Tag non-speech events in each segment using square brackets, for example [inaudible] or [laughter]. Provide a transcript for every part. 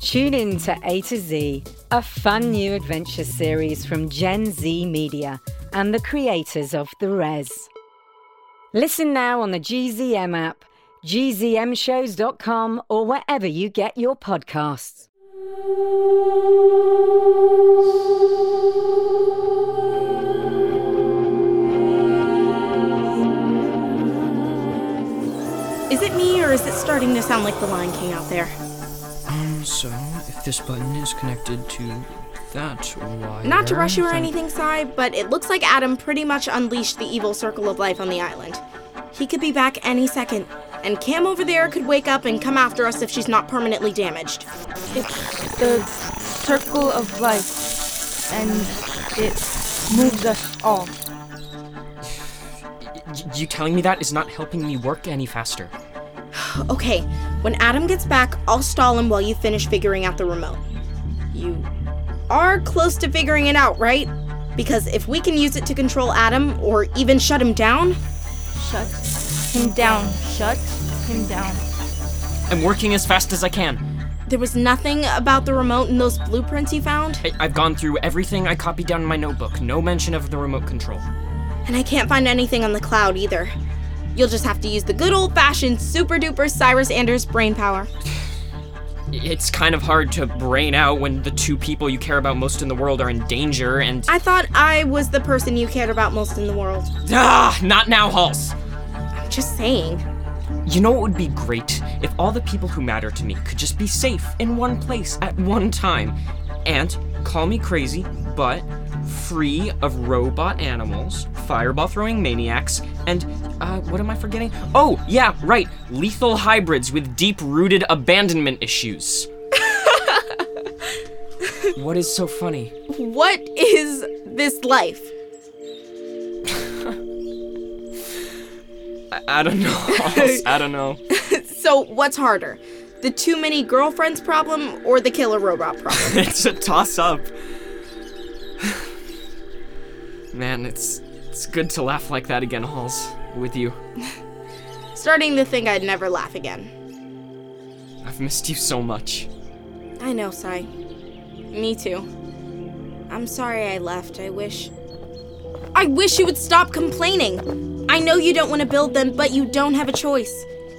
Tune in to A to Z, a fun new adventure series from Gen Z Media and the creators of The Res. Listen now on the GZM app, gzmshows.com, or wherever you get your podcasts. Is it me or is it starting to sound like the Lion King out there? Um, So, if this button is connected to that wire. Not to rush you or then- anything, Sai, but it looks like Adam pretty much unleashed the evil circle of life on the island. He could be back any second, and Cam over there could wake up and come after us if she's not permanently damaged. It's the circle of life, and it moves us all. Y- you telling me that is not helping me work any faster. Okay, when Adam gets back, I'll stall him while you finish figuring out the remote. You are close to figuring it out, right? Because if we can use it to control Adam or even shut him down, Shut him down. Shut him down. I'm working as fast as I can. there was nothing about the remote in those blueprints you found. I- I've gone through everything I copied down in my notebook. No mention of the remote control. And I can't find anything on the cloud either. You'll just have to use the good old fashioned super duper Cyrus Anders brain power. It's kind of hard to brain out when the two people you care about most in the world are in danger and. I thought I was the person you cared about most in the world. Ah, not now, Halls! I'm just saying. You know what would be great? If all the people who matter to me could just be safe in one place at one time. And, call me crazy, but free of robot animals, fireball throwing maniacs, and, uh, what am I forgetting? Oh, yeah, right, lethal hybrids with deep rooted abandonment [laughs] issues. what is so funny? What is this life? I, I don't know. Halls. [laughs] I don't know. So, what's harder? The too many girlfriends problem or the killer robot problem? [laughs] it's a toss up. Man, it's it's good to laugh like that again, Halls. With you. Starting to think I'd never laugh again. I've missed you so much. I know, Sai. Me too. I'm sorry I left. I wish. I wish you would stop complaining. I know you don't want to build them, but you don't have a choice.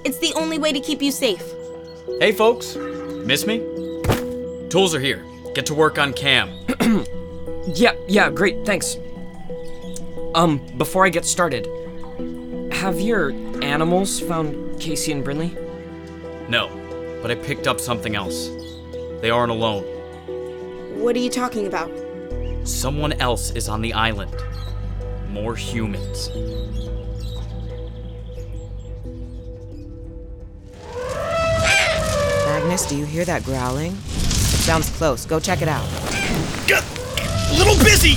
It's the only way to keep you safe. Hey, folks. Miss me? Tools are here. Get to work on Cam. Yeah, yeah, great, thanks. Um, before I get started, have your animals found Casey and Brinley? No, but I picked up something else. They aren't alone. What are you talking about? Someone else is on the island. More humans. Magnus, do you hear that growling? It sounds close. Go check it out. Little busy.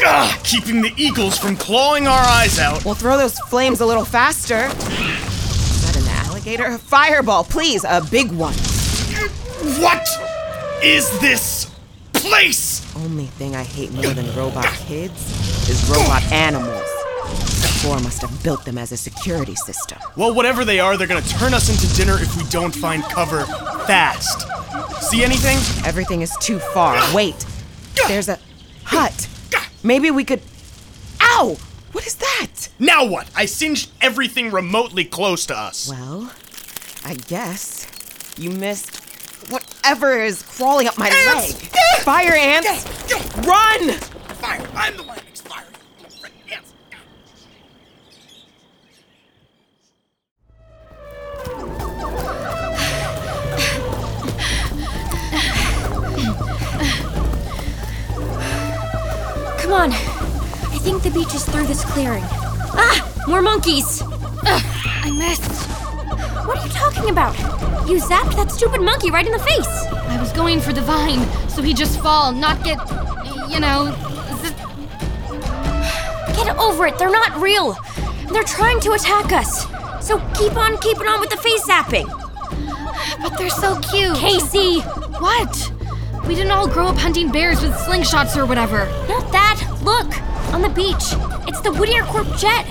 Gah, keeping the eagles from clawing our eyes out. Well, throw those flames a little faster. Is that an alligator? A fireball, please. A big one. What is this place? Only thing I hate more than robot kids is robot animals. Thor must have built them as a security system. Well, whatever they are, they're gonna turn us into dinner if we don't find cover fast. See anything? Everything is too far. Wait. There's a hut. Maybe we could. Ow! What is that? Now what? I singed everything remotely close to us. Well, I guess you missed whatever is crawling up my Ants! leg. Fire ants! Run! Fire! I'm the one who's firing. Yes. Come on. I think the beach is through this clearing. Ah! More monkeys! Ugh, I missed. What are you talking about? You zapped that stupid monkey right in the face. I was going for the vine, so he just fall, not get, you know. th- Get over it. They're not real. They're trying to attack us. So keep on keeping on with the face zapping. But they're so cute. Casey! What? We didn't all grow up hunting bears with slingshots or whatever. Not that. Look, on the beach. It's the Whittier Corp jet.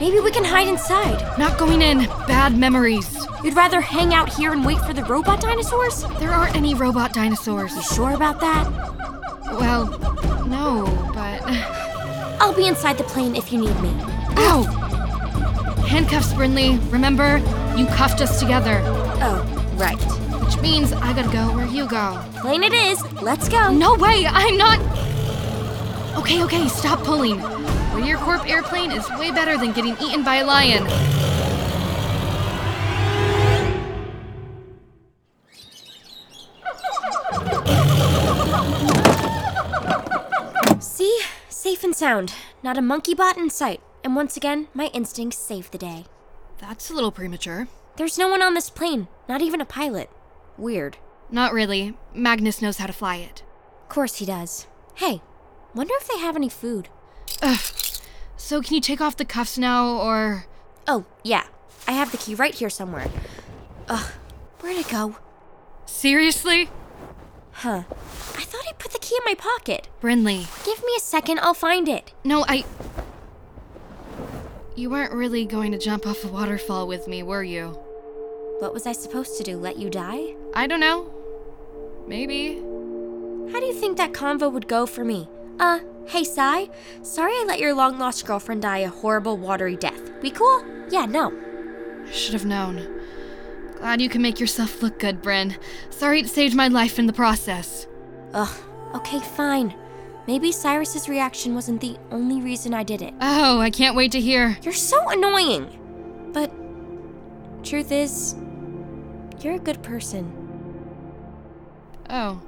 Maybe we can hide inside. Not going in. Bad memories. You'd rather hang out here and wait for the robot dinosaurs? There aren't any robot dinosaurs. Sure about that? Well, no, but. [sighs] I'll be inside the plane if you need me. Ow! Handcuffs, Brinley. Remember? You cuffed us together. Oh, right. Which means I gotta go where you go. Plane it is. Let's go. No way! I'm not. Okay, okay, stop pulling. Whittier Corp airplane is way better than getting eaten by a lion. See? Safe and sound. Not a monkey bot in sight. And once again, my instincts saved the day. That's a little premature. There's no one on this plane, not even a pilot. Weird. Not really. Magnus knows how to fly it. Of course he does. Hey, wonder if they have any food. So, can you take off the cuffs now, or. Oh, yeah. I have the key right here somewhere. Ugh, where'd it go? Seriously? Huh. I thought I put the key in my pocket. Brinley. Give me a second, I'll find it. No, I. You weren't really going to jump off a waterfall with me, were you? What was I supposed to do? Let you die? I don't know. Maybe. How do you think that convo would go for me? Uh, hey, Sai. Sorry I let your long lost girlfriend die a horrible, watery death. We cool? Yeah, no. I should have known. Glad you can make yourself look good, Bryn. Sorry it saved my life in the process. Ugh, okay, fine. Maybe Cyrus's reaction wasn't the only reason I did it. Oh, I can't wait to hear. You're so annoying! But, truth is, you're a good person, Oh.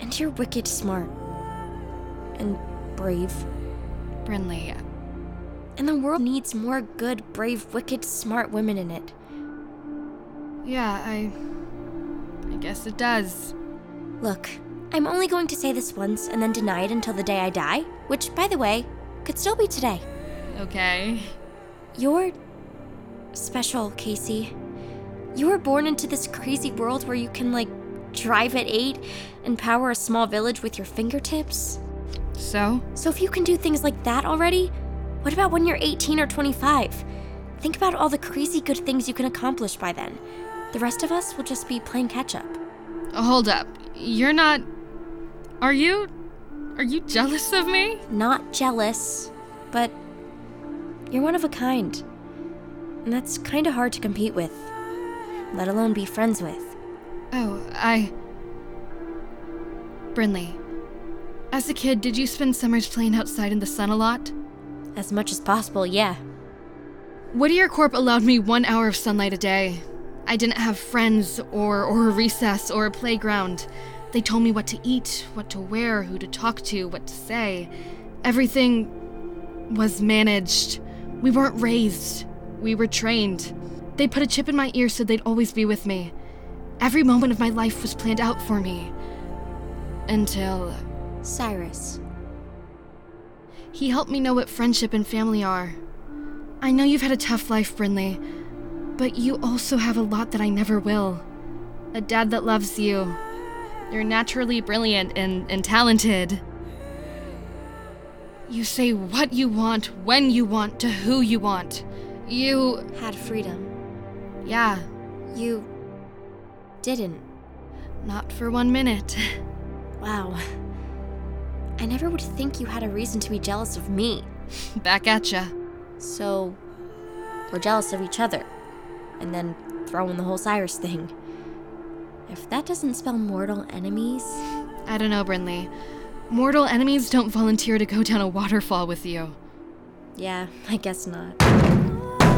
and you're wicked smart. And brave. Brinley, And the world needs more good, brave, wicked, smart women in it. yeah, I. I guess it does. Look, I'm only going to say this once and then deny it until the day I die, which, by the way, could still be today. Okay. You're special, Casey. You were born into this crazy world where you can, like, drive at eight and power a small village with your fingertips. So? So if you can do things like that already, what about when you're 18 or 25? Think about all the crazy good things you can accomplish by then. The rest of us will just be playing catch up. Hold up. You're not. Are you. Are you jealous of me? Not jealous, but you're one of a kind. And that's kind of hard to compete with, let alone be friends with. Oh, I. Brinley, as a kid, did you spend summers playing outside in the sun a lot? As much as possible, yeah. Whittier Corp allowed me one hour of sunlight a day. I didn't have friends or, or a recess or a playground. They told me what to eat, what to wear, who to talk to, what to say. Everything was managed. We weren't raised, we were trained. They put a chip in my ear so they'd always be with me. Every moment of my life was planned out for me. Until. Cyrus. He helped me know what friendship and family are. I know you've had a tough life, Brinley, but you also have a lot that I never will. A dad that loves you. You're naturally brilliant and, and talented. You say what you want, when you want, to who you want. You. Had freedom. yeah, You. didn't. not for one minute. Wow. I never would think you had a reason to be jealous of [laughs] me. Back at ya. So, we're jealous of each other. And then throw in the whole Cyrus thing. If that doesn't spell mortal enemies. I don't know, Brinley. Mortal enemies don't volunteer to go down a waterfall with you. Yeah, I guess not.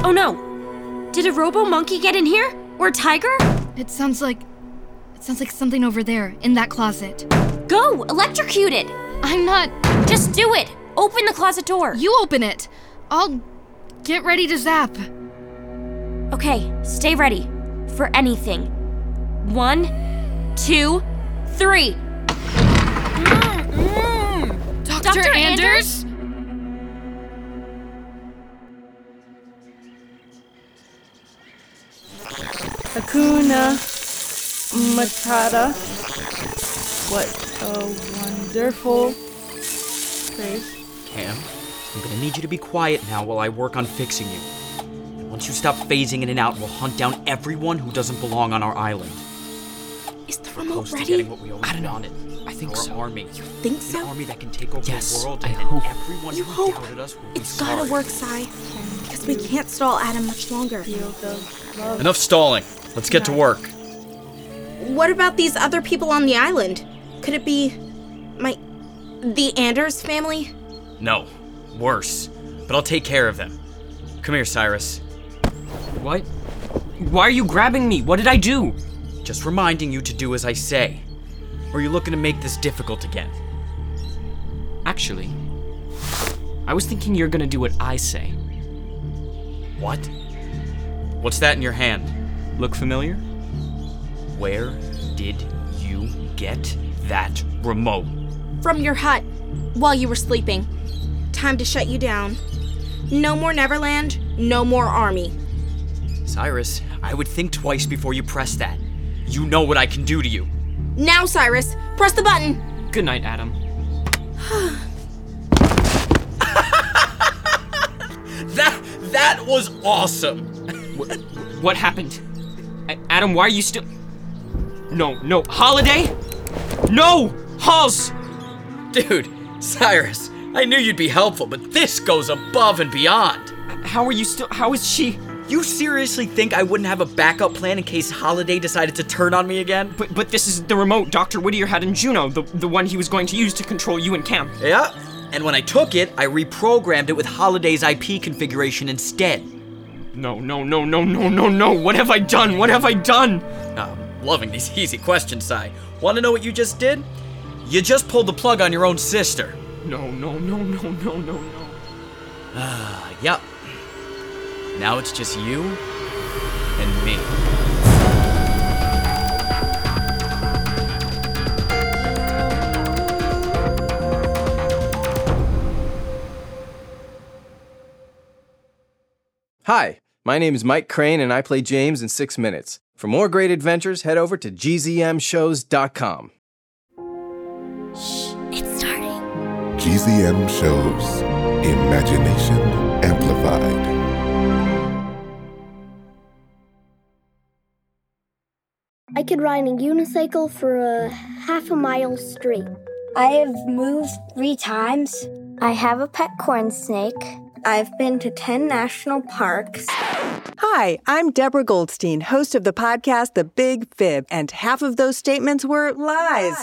Oh no! Did a robo monkey get in here? Or a tiger? It sounds like. It sounds like something over there, in that closet. Go! Electrocute it! I'm not. Just do it! Open the closet door! You open it! I'll. Get ready to zap! Okay, stay ready. For anything. One, two, three. Dr. Anders? Hakuna Matata. What a wonderful phrase. Cam, I'm gonna need you to be quiet now while I work on fixing you. And once you stop phasing in and out, we'll hunt down everyone who doesn't belong on our island. Is the remote Close to ready? getting what we always I don't wanted. I think our army. You think so? An army that can take over Yes, the world. I and hope. Everyone You who hope. doubted us will be It's gotta sorry. work, Sai. Because we can't stall Adam much longer. Enough stalling. Let's get to work. What about these other people on the island? Could it be. my. the Anders family? No, worse. But I'll take care of them. Come here, Cyrus. What? Why are you grabbing me? What did I do? Just reminding you to do as I say. Or are you looking to make this difficult again? Actually, I was thinking you're gonna do what I say. What? What's that in your hand? Look familiar? Where did you get that remote? From your hut, while you were sleeping. Time to shut you down. No more Neverland, no more army. Cyrus, I would think twice before you press that. You know what I can do to you. Now, Cyrus, press the button! Good night, Adam. That that was awesome. What happened? A- Adam, why are you still. No, no. Holiday? No! Halls! Dude, Cyrus, I knew you'd be helpful, but this goes above and beyond. How are you still. How is she. You seriously think I wouldn't have a backup plan in case Holiday decided to turn on me again? But, but this is the remote Dr. Whittier had in Juno, the, the one he was going to use to control you and Cam. Yeah. And when I took it, I reprogrammed it with Holiday's IP configuration instead. No, no, no, no, no, no, no. What have I done? What have I done? Um, loving these easy questions, Sai. Want to know what you just did? You just pulled the plug on your own sister. No, no, no, no, no, no, no. Yep. Now it's just you and me. Hi, my name is Mike Crane and I play James in six minutes. For more great adventures, head over to gzmshows.com. It's starting. GZM shows Imagination Amplified. I could ride a unicycle for a half a mile straight. I have moved three times. I have a pet corn snake. I've been to 10 national parks. Hi, I'm Deborah Goldstein, host of the podcast The Big Fib, and half of those statements were lies.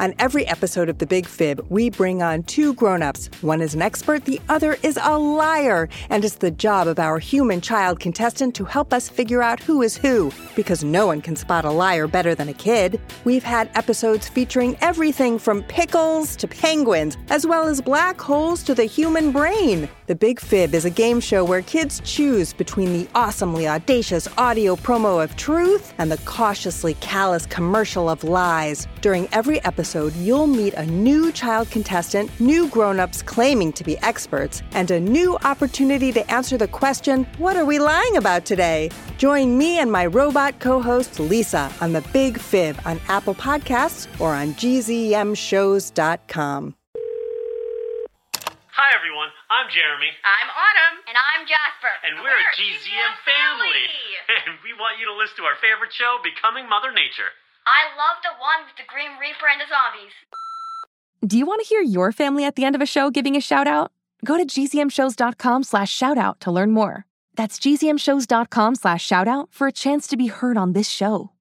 On every episode of The Big Fib, we bring on two grown ups. One is an expert, the other is a liar. And it's the job of our human child contestant to help us figure out who is who, because no one can spot a liar better than a kid. We've had episodes featuring everything from pickles to penguins, as well as black holes to the human brain. The Big Fib is a game show where kids choose between the awesomely audacious audio promo of truth and the cautiously callous commercial of lies. During every episode, you'll meet a new child contestant, new grown ups claiming to be experts, and a new opportunity to answer the question What are we lying about today? Join me and my robot co host Lisa on The Big Fib on Apple Podcasts or on gzmshows.com. Hi, everyone. I'm Jeremy. I'm Autumn. And I'm Jasper. And we're a GZM family. [laughs] And we want you to listen to our favorite show, Becoming Mother Nature. I love the one with the Grim Reaper and the zombies. Do you want to hear your family at the end of a show giving a shout out? Go to gzmshows.com slash shout out to learn more. That's gzmshows.com slash shout out for a chance to be heard on this show.